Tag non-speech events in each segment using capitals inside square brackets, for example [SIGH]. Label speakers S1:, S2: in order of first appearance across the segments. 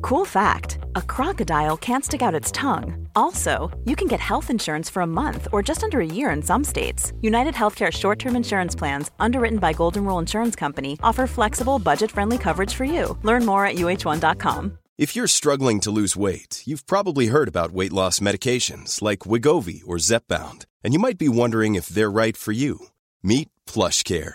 S1: Cool fact a crocodile can't stick out its tongue. Also, you can get health insurance for a month or just under a year in some states. United Healthcare short term insurance plans, underwritten by Golden Rule Insurance Company, offer flexible, budget friendly coverage for you. Learn more at uh1.com.
S2: If you're struggling to lose weight, you've probably heard about weight loss medications like Wigovi or Zepbound, and you might be wondering if they're right for you. Meet PlushCare,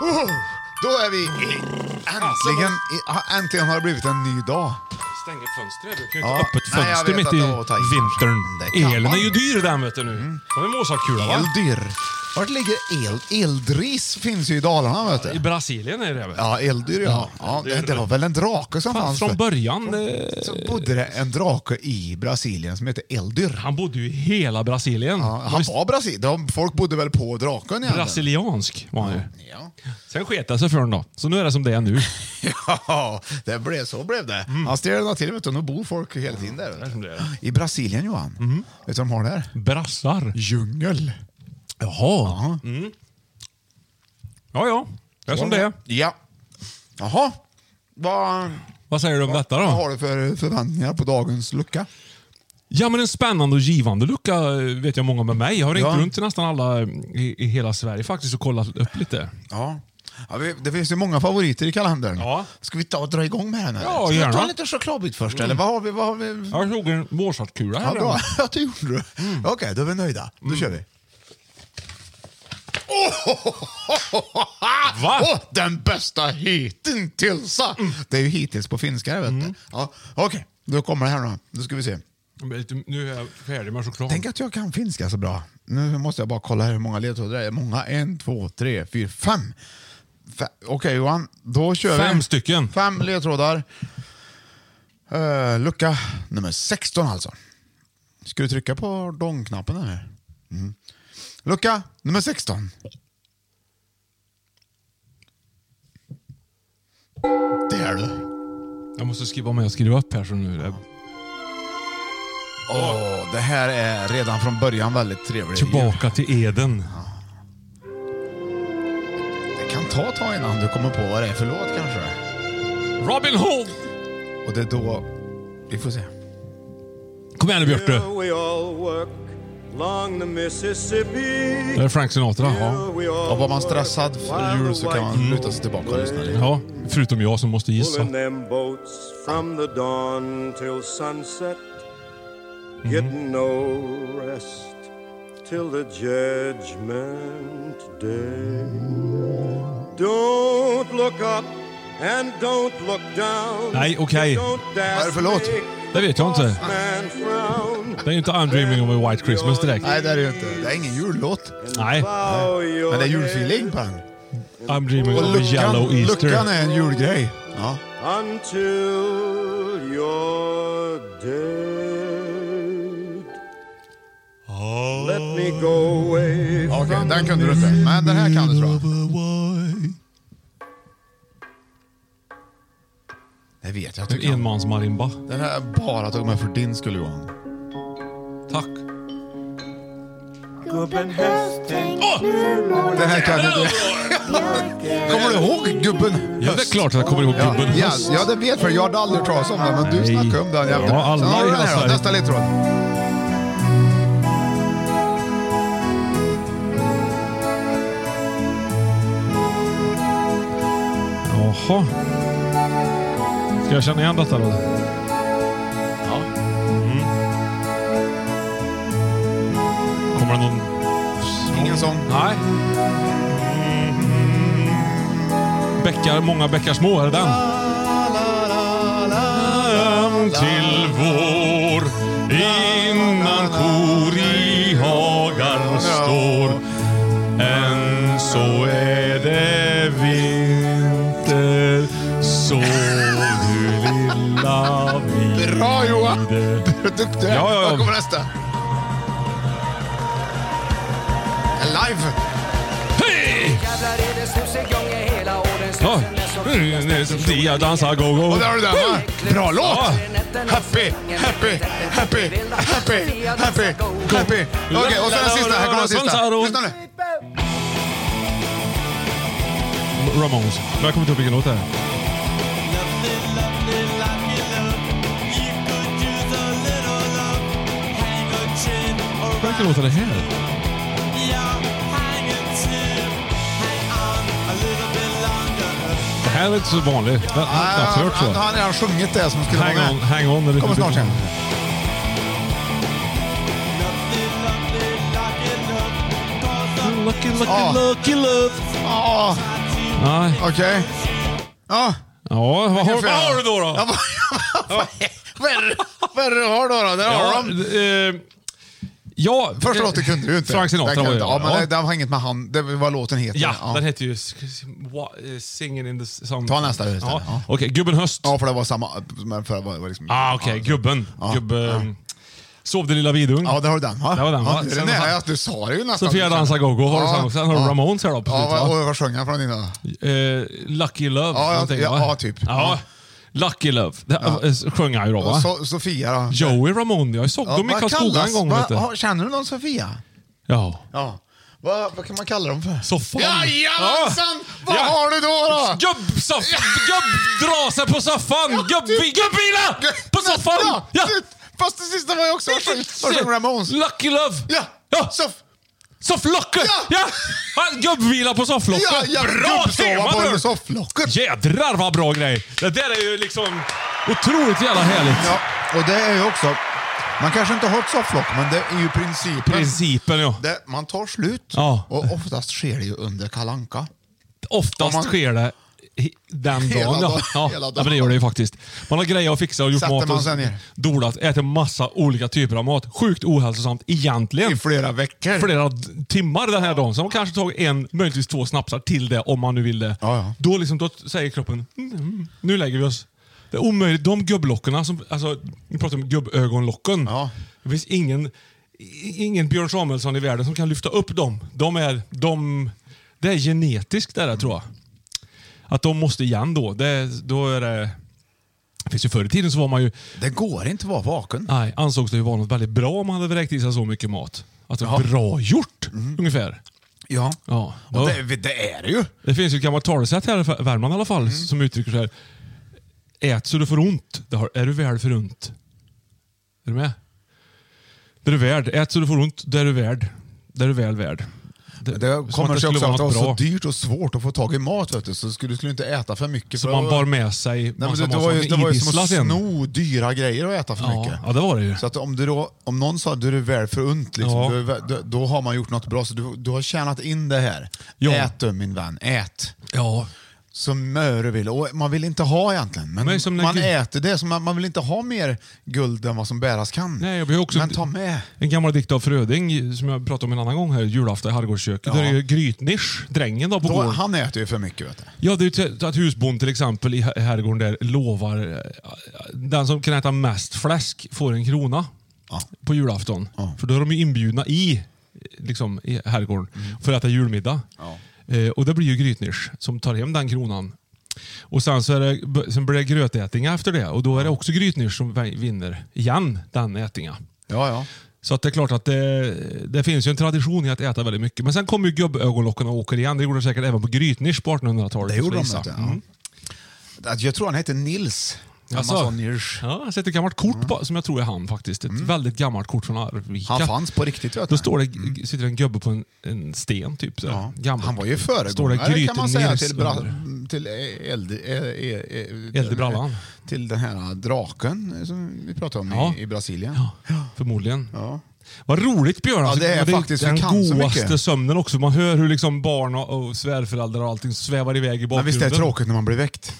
S3: Oh, då är vi i, äntligen, i, ja, äntligen har det blivit en ny dag.
S4: Stänger fönstret. Du kan ju
S3: Ja,
S4: inte ha öppet
S3: nej, jag
S4: fönster
S3: vet
S4: mitt
S3: att
S4: i
S3: det var att ta i.
S4: vintern.
S3: Det Mm. kan
S4: Elen
S3: man.
S4: är ju dyr den vet du nu. Som en Mozartkula va?
S3: Eldyr. Vart ligger el? Eldris finns ju i Dalarna vet
S4: I
S3: du.
S4: Brasilien är det väl?
S3: Ja, eldyr ja. ja det, det var väl en drake som
S4: Fan,
S3: fanns.
S4: från
S3: för-
S4: början. Eh,
S3: Så bodde det en drake i Brasilien som hette Eldyr.
S4: han bodde ju i hela Brasilien.
S3: Ja, han var Brasil. De, folk bodde väl på draken egentligen.
S4: Brasiliansk var han ju.
S3: Ja. [LAUGHS]
S4: Sen sket det sig för honom då. Så nu är det som det är nu.
S3: Ja, det blev, så blev det. Han stirrade till vet du. Nu bor folk hela tiden där. vet du.
S4: Mm. det Mm. är.
S3: I Brasilien Johan, vet du vad de har där?
S4: Brassar.
S3: Djungel.
S4: Jaha. Mm. Ja, ja. Det är som det är.
S3: Ja. Jaha. Vad,
S4: Vad säger du om detta
S3: vad
S4: då?
S3: har du för förväntningar på dagens lucka?
S4: Ja, men en spännande och givande lucka eh, vet jag många med mig. Jag har ringt
S3: Ja.
S4: runt till nästan alla eh, i, i hela Sverige faktiskt och kollat upp lite.
S3: Ja. Ja, vi- det finns ju många favoriter i kalendern.
S4: Ja.
S3: Ska vi ta och dra igång med den? här?
S4: Ja,
S3: Ska vi ta
S4: gärna. Mm.
S3: en liten chokladbit först? Eller vad har vi? Vad har vi?
S4: Jag såg en Mozartkula
S3: Ja,
S4: här.
S3: bra. [LAUGHS] Ja, det gjorde du.
S4: Mm.
S3: Okej, då är vi nöjda. Då kör vi. Oh,
S4: Va?
S3: Åh, den bästa hittills! alltså!
S4: Mm.
S3: Det är ju hittills på finska, vet du. Ja, Okej, då kommer det här nu. Nu ska vi se.
S4: Men lite- Nu är jag färdig med choklad.
S3: Tänk att jag kan finska så bra. Nu måste jag bara kolla hur många ledtrådar det är. Många? En, två, tre, fyra, fem. Fe- Okej Johan, då kör vi.
S4: Fem stycken.
S3: Fem ledtrådar. Eh, lucka nummer 16 alltså. Ska du trycka på dong-knappen eller? Mm. Lucka nummer 16. Där du.
S4: Jag måste skriva med och skriva upp här. Så nu. är-
S3: Åh, det här är redan från början väldigt trevligt.
S4: Tillbaka till Eden.
S3: Det kan ta ett tag innan du kommer på vad det är för låt kanske.
S4: Robin Hood!
S3: Och det är då... Vi får se.
S4: Kom igen nu Björte.
S5: Here we all work along the Mississippi.
S4: Det är Frank Sinatra.
S5: Here
S4: Ja.
S5: we all
S3: Ja, var man stressad för
S5: while
S3: jul
S5: the
S3: så kan man
S5: white
S3: luta sig tillbaka och lyssna lite.
S4: Mm. ja, förutom jag som måste gissa.
S5: Pulling them boats from the dawn till sunset.
S3: Mhm.
S5: Getting no rest till the judgment day. Don't look up and don't look down.
S4: Nej, okej.
S5: Don't dare
S3: Vad är det för låt?
S5: make
S4: Det vet jag inte.
S5: man frown.
S4: Det är ju inte I'm dreaming of a white Christmas direkt.
S3: Nej, det är det ju inte. Det är ingen jullåt.
S4: Nej,
S5: Bow your
S3: Men det är
S5: head.
S3: julfeeling på den.
S4: I'm dreaming
S3: Och
S4: of a yellow
S3: luckan, luckan
S4: Easter.
S3: är en julgrej. Ja.
S5: until you're dead. Let me go away.
S3: Okej, den kunde du inte. Men den här kan du tror jag. Det vet jag.
S4: En
S3: Tycker jag.
S4: enmans-marimba.
S3: Den här bara tog med för din skull Johan.
S4: Tack.
S6: Gubben hösten,
S4: Åh!
S6: nu mår
S3: Den här kan du inte.
S6: björken
S3: [LAUGHS] Kommer du ihåg gubben?
S4: Ja, det är klart att jag kommer ihåg
S3: Ja,
S4: gubben.
S3: ja, ja, det vet för jag hade aldrig hört talas om den, men du
S4: Nej.
S3: snackade om den. jävla-
S4: Ja, alla
S3: Sen har du
S4: i
S3: den här då.
S4: Sverige.
S3: Nästa ledtråd.
S4: Jaha. Ska jag känna igen detta eller?
S7: Ja.
S4: Kommer det någon...
S3: Ingen sång.
S4: Nej. Bäckar, många bäckar små, är det den? Fram till vår innan kor i hagar står Än så är det vinter så du lilla vide
S3: Bra Johan!
S4: [LAUGHS]
S3: Du är duktig.
S4: Ja, ja, ja.
S3: Här kommer nästa. Live!
S4: Hej! Ja, eh, Dia dansar go-go.
S3: Och där har du den va? Bra låt!
S4: Ja.
S3: Happy, happy, happy, happy, happy, happy. Okej, och så den sista. Här kommer den sista. Lyssna nu.
S4: Ramones. Men jag kommer inte ihåg vilken låt det är. Vilken låt är det här? Det här är inte så vanligt. Jag har knappt hört
S3: Han
S4: så.
S3: har redan sjungit det som skulle vara
S4: Hang on,
S3: med.
S4: hang on. eller-
S3: Kommer snart sen.
S4: Lucky, lucky,
S3: Ja.
S4: lucky love.
S3: Ja,
S4: Nej.
S3: okej. Ja.
S4: Ja, vad har,
S3: Ungefär.
S4: vad har du då? då?
S3: Ja, vad- Vad är det- vad är det du har då? då? Där har
S4: Ja,
S3: de.
S4: eh, ja,
S3: Första
S4: eh,
S3: låten kunde du ju inte.
S4: Frank
S3: Den
S4: Sinatra
S3: kunde
S4: var ju...
S3: du inte. Ja, men det- den har inget med han... Det var låten heter.
S4: Ja, den hette ju s- s- wa- eh, Singing in the song.
S3: Ta nästa istället,
S4: Ja.
S3: ja.
S4: Okej, Gubben Höst.
S3: Ja, för det var samma... men För det var, det var liksom,
S4: Ah, okej.
S3: ja,
S4: gubben.
S3: Ja,
S4: Gubbe...
S3: ja.
S4: Sov din lilla vidung.
S3: Ja, där har du den. Va?
S4: Där var den,
S3: ja,
S4: va?
S3: det är
S4: Sen
S3: nära
S4: har-
S3: att du sa det ju nästan.
S4: Sofia dansar go-go har du sen också. Sen har du Ramones här då på slutet,
S3: Ja,
S4: va?
S3: och vad sjöng han från innan?
S4: Eh, Lucky Love.
S3: ja,
S4: någonting,
S3: ja,
S4: va?
S3: ja, typ.
S4: Ja. Lucky Love. Det ja. sjöng han ju då, va?
S3: Och so Sofia då?
S4: Joey Ramone. Jag såg dem i
S3: vad
S4: Karlskoga
S3: kallas-
S4: en gång.
S3: vad-
S4: vet du.
S3: ja, känner du någon Sofia?
S4: Ja.
S3: Ja. Vad, vad kan man kalla dem för?
S4: Soffan.
S3: Jajamensan!
S4: Ja.
S3: Vad
S4: Ja.
S3: har du då? då?
S4: Gubb, soff, gubb, dra sig på soffan! Gubb, gubbvila! På soffan!
S3: typ. Ja.
S4: Ja!
S3: Fast det sista var ju också... Vad sjöng- vad sjöng Ramones?
S4: Lucky Love!
S3: Ja!
S4: Ja.
S3: Sof
S4: Sofflocket!
S3: Ja.
S4: Ja! Han Gubbvila på sofflocket!
S3: ja, ja,
S4: bra tema
S3: på
S4: bror!
S3: under sofflocket.
S4: Jädrar vad bra grej! Det där är ju liksom otroligt jävla härligt.
S3: Ja, och det är ju också... Man kanske inte har ett sofflock, men det är ju principen.
S4: Principen ja.
S3: Det, man tar slut
S4: Ja.
S3: och oftast sker det ju under kalanka.
S4: Oftast
S3: Om man-
S4: sker det he- den
S3: Hela
S4: dagen. Ja.
S3: dagen.
S4: Ja.
S3: Hela
S4: ja,
S3: dagen.
S4: men det gör det ju faktiskt. Man har grejer att fixa och gjort
S3: Sätter
S4: mat
S3: man sig ner.
S4: och dolat, ätit massa olika typer av mat. Sjukt ohälsosamt egentligen.
S3: I flera veckor.
S4: flera d- timmar den här dagen. Så man kanske tagit en, möjligtvis två snapsar till det om man nu vill det.
S3: Ja, ja.
S4: Då, liksom, då säger kroppen, "Mm, mm, nu lägger vi oss. Det är omöjligt. De gubblockorna, som, alltså, vi pratar om gubbögonlocken.
S3: Ja.
S4: Det finns ingen, i- ingen Björn Samuelsson i världen som kan lyfta upp dem. De är, de, det är genetiskt det där tror jag. Att de måste igen då. Det, då är det, det finns ju förr i tiden så var man ju
S3: Det går inte att vara vaken.
S4: Nej, ansågs det ju vara något väldigt bra om man hade vräkt i sig så mycket mat. Att det var bra gjort, ungefär.
S3: Ja.
S4: Ja.
S3: Och Det, det är det ju.
S4: Det finns ju ett gammalt talesätt här i Värmland i alla
S3: Mm.
S4: fall som uttrycker så här. Ät så du får ont. Det har, är du värd för ont? Är du med? Det är du värd. Ät så du får ont. Det är du värd. Det är du väl värd. som
S3: Det
S4: att
S3: kommer sig
S4: skulle
S3: också
S4: vara
S3: att det var
S4: något
S3: så
S4: bra.
S3: dyrt och svårt att få tag i mat. Vet du. Så skulle, du skulle inte äta för mycket.
S4: Så
S3: för
S4: man
S3: då-
S4: bar med sig
S3: Nej, men
S4: massa
S3: det, det
S4: mat
S3: var ju,
S4: som
S3: det var ju som
S4: idisslar
S3: att
S4: sen.
S3: sno dyra grejer och äta för mycket.
S4: Ja, ja, det var det ju.
S3: Så att om, du då, om någon sa att du är väl förunt, liksom,
S4: Ja.
S3: du är vä- då, då har man gjort något bra. Så du, du har tjänat in det här.
S4: Ja.
S3: Ät du min vän, ät.
S4: Ja.
S3: Så mycket du vill. Och man vill inte ha egentligen, men,
S4: Men som när
S3: man
S4: Gud-
S3: äter det. Så man, man vill inte ha mer guld än vad som bäras kan.
S4: Nej, vi har också
S3: men ta med.
S4: en gammal dikt av Fröding som jag pratade om en annan gång här, julafton i Herrgårdsköket. Där är ju Grytnisch, drängen då på
S3: Då,
S4: gården.
S3: han äter ju för mycket. Vet du.
S4: Ja, det är ju till- att husbond till exempel i her- herrgården där lovar eh, den som kan äta mest fläsk får en krona
S3: Ja.
S4: på julafton. För då är de ju inbjudna i, eh, liksom, i herrgården för att äta julmiddag. Eh, och det blir ju Grytnisch som tar hem den kronan. Och sen, så är det, b- sen blir det grötätinga efter det och då är det också Grytnisch som vä- vinner igen den ätinga.
S3: Ja, ja.
S4: Så att det är klart att det, det finns ju en tradition i att äta väldigt mycket. Men sen kom ju gubbögonlocken och åker igen. Det gjorde de säkert även på Mm. Grytnisch på 1800-talet.
S3: Det gjorde de. Mm.
S4: skulle jag
S3: Vet du.
S4: gissa.
S3: Ja. Att Jag tror han heter Nils.
S4: Alltså.
S3: Alltså, Nyrs.
S4: Ja, jag har sett ett gammalt kort på, som jag tror är han faktiskt. Ett väldigt gammalt kort från Arvika.
S3: Mm. Han fanns på riktigt vet
S4: Då
S3: du.
S4: står det, sitter en gubbe på en, en sten. typ så här.
S3: Ja.
S4: Gammalt.
S3: Han var ju
S4: Står det
S3: föregångare
S4: grytor
S3: kan man säga
S4: ner
S3: till, bra,
S4: under.
S3: till eld, eh, eh, eh,
S4: Eld i brallan.
S3: Till den här draken eh, som vi pratade om
S4: Ja.
S3: i, i Brasilien.
S4: Ja, förmodligen.
S3: Ja.
S4: Vad roligt Björn. Alltså,
S3: det är faktiskt- vi
S4: den
S3: kan så
S4: godaste
S3: mycket.
S4: sömnen också. Man hör hur liksom barn och, och svärföräldrar och allting svävar iväg i
S3: Men
S4: bakgrunden.
S3: visst är det tråkigt när man blir väckt?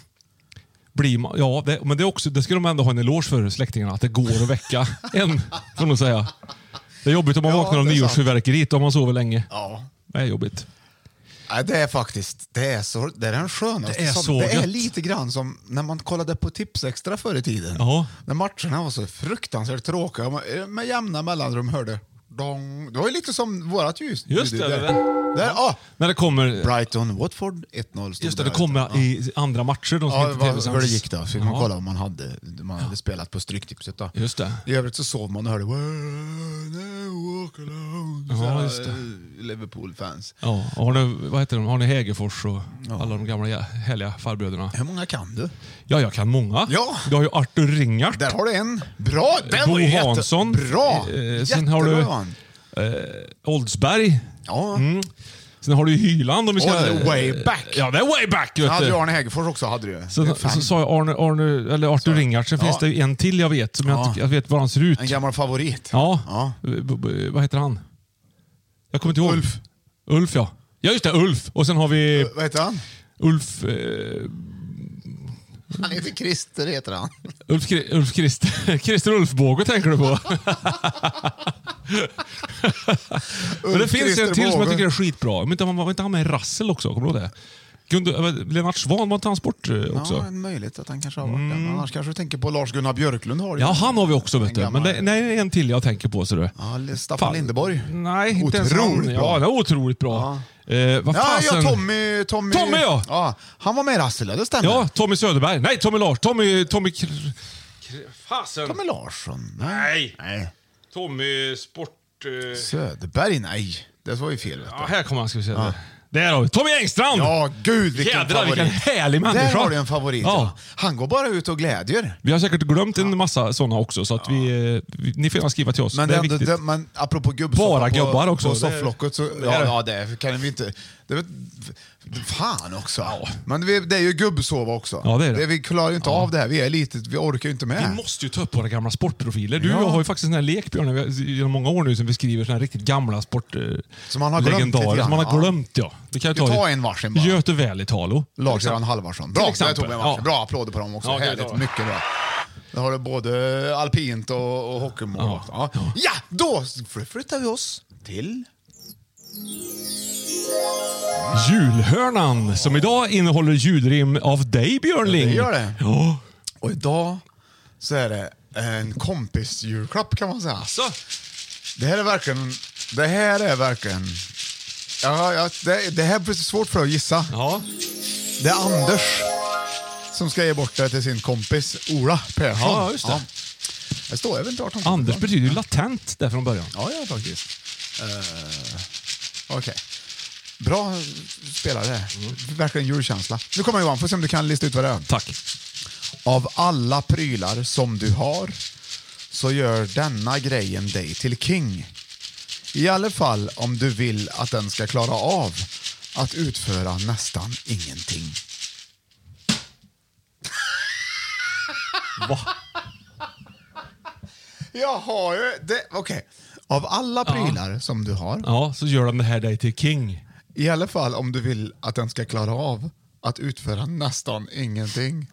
S4: Blir man, ja, det, men det, är också, det ska de ändå ha en eloge för, släktingarna. Att det går att
S3: [LAUGHS]
S4: väcka en, får man säga. Det är jobbigt om man
S3: Ja,
S4: vaknar av
S3: det är sant.
S4: nyårsfyrverkeriet om man sover länge.
S3: Ja.
S4: Det är jobbigt.
S3: Nej, det är faktiskt det är så, det är den skönaste.
S4: Det är
S3: som-
S4: så
S3: det är
S4: gött.
S3: lite grann som när man kollade på Tipsextra förr i tiden.
S4: Ja.
S3: När matcherna var så fruktansvärt tråkiga. och Man, eh, med jämna mellanrum hörde dong. Det var ju lite som vårat ljus.
S4: Just det,
S3: Där,
S4: det var-
S3: där, ah,
S4: När det kommer...
S3: Brighton, Watford 1-0. stod
S4: Just det,
S3: där,
S4: det kommer
S3: vet du.
S4: i andra matcher. De som
S3: Ja,
S4: inte
S3: vad,
S4: TV-sänds.
S3: hur det gick då. Fick man
S4: Ja.
S3: kolla om man hade, man hade spelat på Stryktipset. Då.
S4: Just det.
S3: I övrigt så sov man och hörde "When I walk alone",
S4: Ja,
S3: så här,
S4: just det.
S3: eh, Liverpool-fans.
S4: Ja, och har ni, vad heter de? Har ni Hägerfors och alla de gamla jä- härliga farbröderna?
S3: Hur många kan du?
S4: Ja, jag kan många.
S3: Ja.
S4: Du har ju Artur Ringart.
S3: Där har du en. Bra! Den
S4: Bo
S3: var ju jätte-
S4: Hansson.
S3: Bra!
S4: Eh, sen
S3: Jättebra
S4: har du-
S3: Johan.
S4: Oldsberg.
S3: Ja.
S4: Mm, Sen har du ju Hyland om vi ska...
S3: Och det är way back.
S4: Ja, det är way back.
S3: Jag
S4: Vet
S3: hade
S4: du.
S3: ju Arne Hägerfors också. Hade du.
S4: Så,
S3: Fan.
S4: så sa jag Arne, Arne, eller Artur Ringart. Sen
S3: Ja.
S4: finns det ju en till jag vet, som jag, inte- jag vet var han ser ut.
S3: En gammal favorit.
S4: Ja.
S3: Ja.
S4: B- b- Vad heter han? Jag kommer inte ihåg.
S3: Ulf.
S4: Ulf, ja. Ja, just det. Ulf. Och sen har vi
S3: Vad heter han?
S4: Ulf... Eh,
S3: Han heter Christer, heter han.
S4: Ulf, Kri- Ulf Christer, [LAUGHS] Christer Ulfbåge tänker
S3: [LAUGHS]
S4: du på. Men det
S3: Ulf
S4: finns en
S3: Christer
S4: till som jag
S3: Båge.
S4: tycker är skitbra. Men inte, han var inte han med i Rassel också? Kommer du ihåg det? Gunde, eh, Lennart Swahn var inte han sport eh, också?
S3: Ja, en möjlighet att han kanske har varit den. Annars kanske du tänker på Lars-Gunnar Björklund. Har du
S4: Mm. Ja,
S3: ju.
S4: han har vi också vet
S3: En
S4: du. Men
S3: gammal-
S4: det, nej, det är en till jag tänker på. Ser du.
S3: Ja, eller Staffan Lindeborg.
S4: Nej, inte ens
S3: Otroligt
S4: han.
S3: bra.
S4: Ja, det är otroligt bra. Eh, vad
S3: Ja,
S4: fasen?
S3: ja, Tommy, Tommy...
S4: Tommy, ja.
S3: Han var med i Rassel, ja, det stämmer.
S4: Ja, Tommy Söderberg. Nej, Tommy Lars. Tommy... Tommy... Kr... Kr... Fasen.
S3: Tommy Larsson.
S4: Nej.
S3: nej.
S4: Tommy Sport... eh,
S3: Söderberg, nej. Det var ju fel. Vet du.
S4: Ja, här kommer han ska vi se. Där har vi Tommy Engstrand!
S3: Ja, gud vilken
S4: Jädrar
S3: favorit.
S4: vilken härlig människa.
S3: Där har du en favorit.
S4: Ja.
S3: Ja. Han går bara ut och glädjer.
S4: Vi har säkert glömt en massa sådana också, så att vi, eh, vi, ni får gärna skriva till oss.
S3: Men,
S4: det är
S3: ändå-
S4: viktigt.
S3: det- men apropå gubbsoppa
S4: Bara
S3: på,
S4: gubbar också.
S3: på
S4: Det-
S3: sofflocket så...
S4: det är
S3: Ja,
S4: det.
S3: ja, det kan vi inte... Det vet, fan också. Men vi, det är ju gubbsova också.
S4: Ja, det är det.
S3: vi klarar ju inte av det här. Vi är lite, vi orkar ju inte med.
S4: Vi måste ju ta upp våra gamla sportprofiler. Du och jag har ju faktiskt en sån här lek, Björn, vi har- genom många år nu som vi skriver såna här riktigt gamla sportlegendarer.
S3: Som man har glömt lite grann,
S4: Som man har
S3: ja.
S4: glömt, ja. Vi kan ju
S3: Vi
S4: ta,
S3: tar en varsin bara.
S4: Göte Välitalo.
S3: Lars-Göran Halvarsson.
S4: Till
S3: Bra, där
S4: exempel.
S3: tog vi en match.
S4: Ja.
S3: Bra applåder på dem också.
S4: Ja, det är
S3: Härligt,
S4: bra.
S3: mycket bra. Då har du både alpint och, och hockeymål. Ja. Ja. då flyttar vi oss till...
S4: Julhörnan, som idag innehåller ljudrim av dig, Björn Ling.
S3: gör det.
S4: Ja.
S3: Och idag så är det en kompis julklapp kan man säga.
S4: Alltså,
S3: Det här är verkligen... Det här är verkligen... Ja, ja, det, det här blir så svårt för att gissa.
S4: ja.
S3: Det är Anders som ska ge bort det till sin kompis Ola Persson.
S4: Ja, just det.
S3: Det står även klart.
S4: Anders betyder ju latent där från början.
S3: Ja, ja faktiskt. Okej. Bra spelare.
S4: Mm.
S3: Verkligen julkänsla. Nu kommer Johan, får se om du kan lista ut vad det är.
S4: Tack.
S3: Av alla prylar som du har så gör denna grejen dig till king. I alla fall om du vill att den ska klara av att utföra nästan ingenting.
S4: Va?
S3: Jag har ju... det- Okej. Av alla prylar som du har
S4: Ja, så gör de det här dig till king.
S3: I alla fall om du vill att den ska klara av att utföra nästan ingenting.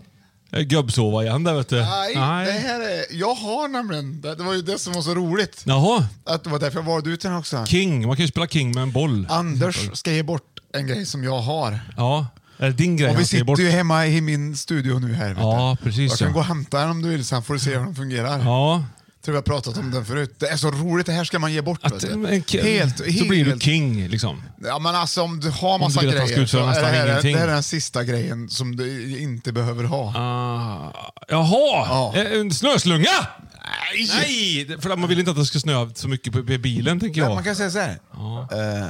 S4: Det är Gubbsova igen där, vet du.
S3: Nej, Det här är, jag har nämligen, det det var ju det som var så roligt.
S4: Jaha,
S3: Att det var därför jag valde ut den också.
S4: king. Man kan ju spela king med en boll.
S3: Anders ska ge bort en grej som jag har.
S4: Ja, är det din grej
S3: Och vi
S4: han ska ge
S3: sitter
S4: bort?
S3: ju hemma i min studio nu här. vet
S4: Ja,
S3: du.
S4: precis,
S3: Jag kan
S4: ja.
S3: gå och hämta den om du vill, sen får du se hur den fungerar.
S4: Ja,
S3: Tror jag har pratat om den förut. Det är så roligt, det här ska man ge bort.
S4: att,
S3: vet du.
S4: en, ki-
S3: helt,
S4: så
S3: helt,
S4: blir du king liksom.
S3: Ja, men alltså om du har massa
S4: vill att han ska
S3: grejer
S4: utföra
S3: så är det
S4: nästan
S3: här,
S4: ingenting.
S3: det här är den sista grejen som du inte behöver ha.
S4: Ah, jaha,
S3: Ja.
S4: Eh, en snöslunga! Nej! det- för man vill inte att det ska snöa så mycket på på bilen, tänker
S3: Men
S4: jag.
S3: Man kan säga så här. Eh,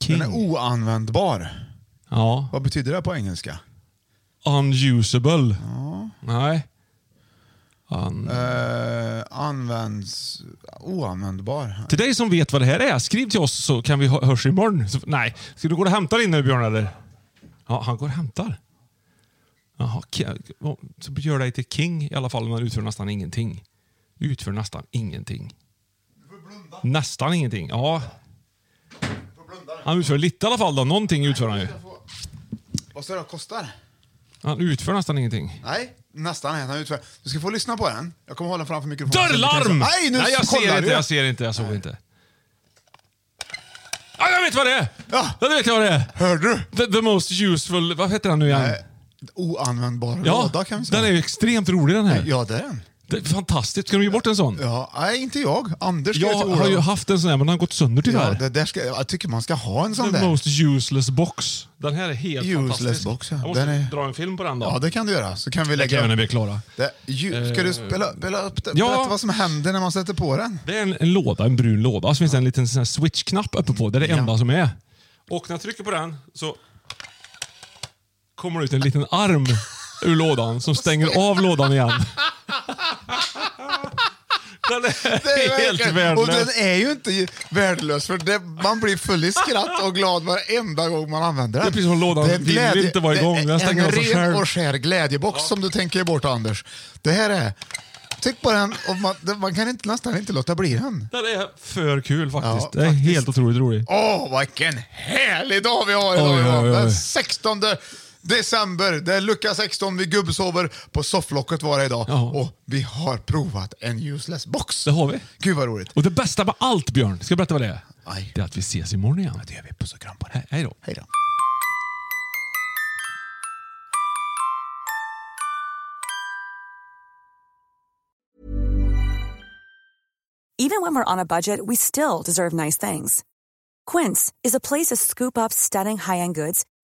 S4: King.
S3: den är oanvändbar.
S4: Ja.
S3: Vad betyder det på engelska?
S4: Unusable. Nej. An...
S3: Eh, används... Oanvändbar.
S4: Till dig som vet vad det här är, skriv till oss så kan vi hö- hörs imorgon. Så, nej, ska du gå och hämta din nu Björn eller? Ja, han går och hämtar. Jaha, ki- så gör dig till king i alla fall, men utför nästan ingenting. Utför nästan ingenting. Nästan ingenting, ja. Han utför lite i alla fall då, någonting utför han ju.
S3: Vad ska det kostar?
S4: Han utför nästan ingenting.
S3: Nej, nästan. är han utför. Du ska få lyssna på den. Jag kommer hålla den framför mikrofonen.
S4: Dörrlarm!
S3: Nej, nu
S4: nej jag
S3: kollar
S4: ser inte,
S3: du.
S4: jag ser inte, jag såg inte. Ja, jag vet vad det är!
S3: Ja.
S4: Jag vet vad det är!
S3: Hörde du?
S4: The, the most useful, vad heter den nu igen?
S3: Eh, Oanvändbar låda
S4: ja,
S3: kan vi säga.
S4: den är ju extremt rolig den här.
S3: Ja, det är den.
S4: Det är fantastiskt, ska de ge bort en sån?
S3: Ja, nej, inte jag. Anders
S4: Jag
S3: skrev till
S4: har
S3: Ola.
S4: ju haft en sån här men den har gått sönder
S3: ja,
S4: tyvärr.
S3: det där ska, Jag tycker man ska ha en sån
S4: the
S3: där.
S4: most useless box. Den här är helt
S3: Useless
S4: fantastisk.
S3: box, ja.
S4: Jag måste
S3: Den är-
S4: dra en film på den då.
S3: Ja, det kan du göra. Så kan vi
S4: det kan
S3: lägga
S4: jag när
S3: upp.
S4: vi är klara.
S3: Det, ju, ska du spela, spela upp det?
S4: Eh, ja.
S3: Berätta vad som händer när man sätter på den.
S4: Det är en, en låda, en brun låda. Så finns det en liten sån här switch-knapp uppe på. Det är det
S3: Mm,
S4: enda som är. Och när jag trycker på den så kommer det ut en liten arm ur lådan som stänger av
S3: [LAUGHS]
S4: lådan igen. Den är,
S3: Det är
S4: helt
S3: verkligen- Och
S4: värdelös.
S3: den är ju inte värdelös, för det, man blir full i skratt och glad varenda gång man använder den.
S4: Det är precis som lådan
S3: Det är
S4: vill
S3: glädje-
S4: inte vara igång,
S3: det är
S4: den stänger av
S3: en
S4: sig
S3: ren
S4: själv.
S3: och skär glädjebox som du tänker bort, Anders. Det här är... Tryck på den och man, det- man kan inte, nästan inte låta bli den.
S4: Den är för kul faktiskt.
S3: Ja,
S4: det är
S3: faktiskt.
S4: helt otroligt rolig.
S3: Åh, vilken härlig dag vi har idag!
S4: Oj,
S3: Johan.
S4: oj, oj.
S3: Den 16 december, det är lucka 16 vid Gubbsover på sofflocket var det idag.
S4: Ja.
S3: Och vi har provat en useless box.
S4: Det har vi.
S3: Gud vad roligt.
S4: Och det bästa med allt, Björn, ska jag berätta vad det är?
S3: Aj.
S4: Det är att vi ses imorgon igen.
S3: Det gör vi. Puss och kram på dig.
S4: He- Hej då.
S3: Hej då.
S7: Even when we're on a budget, we still deserve nice things. Quince is a place to scoop up stunning high-end goods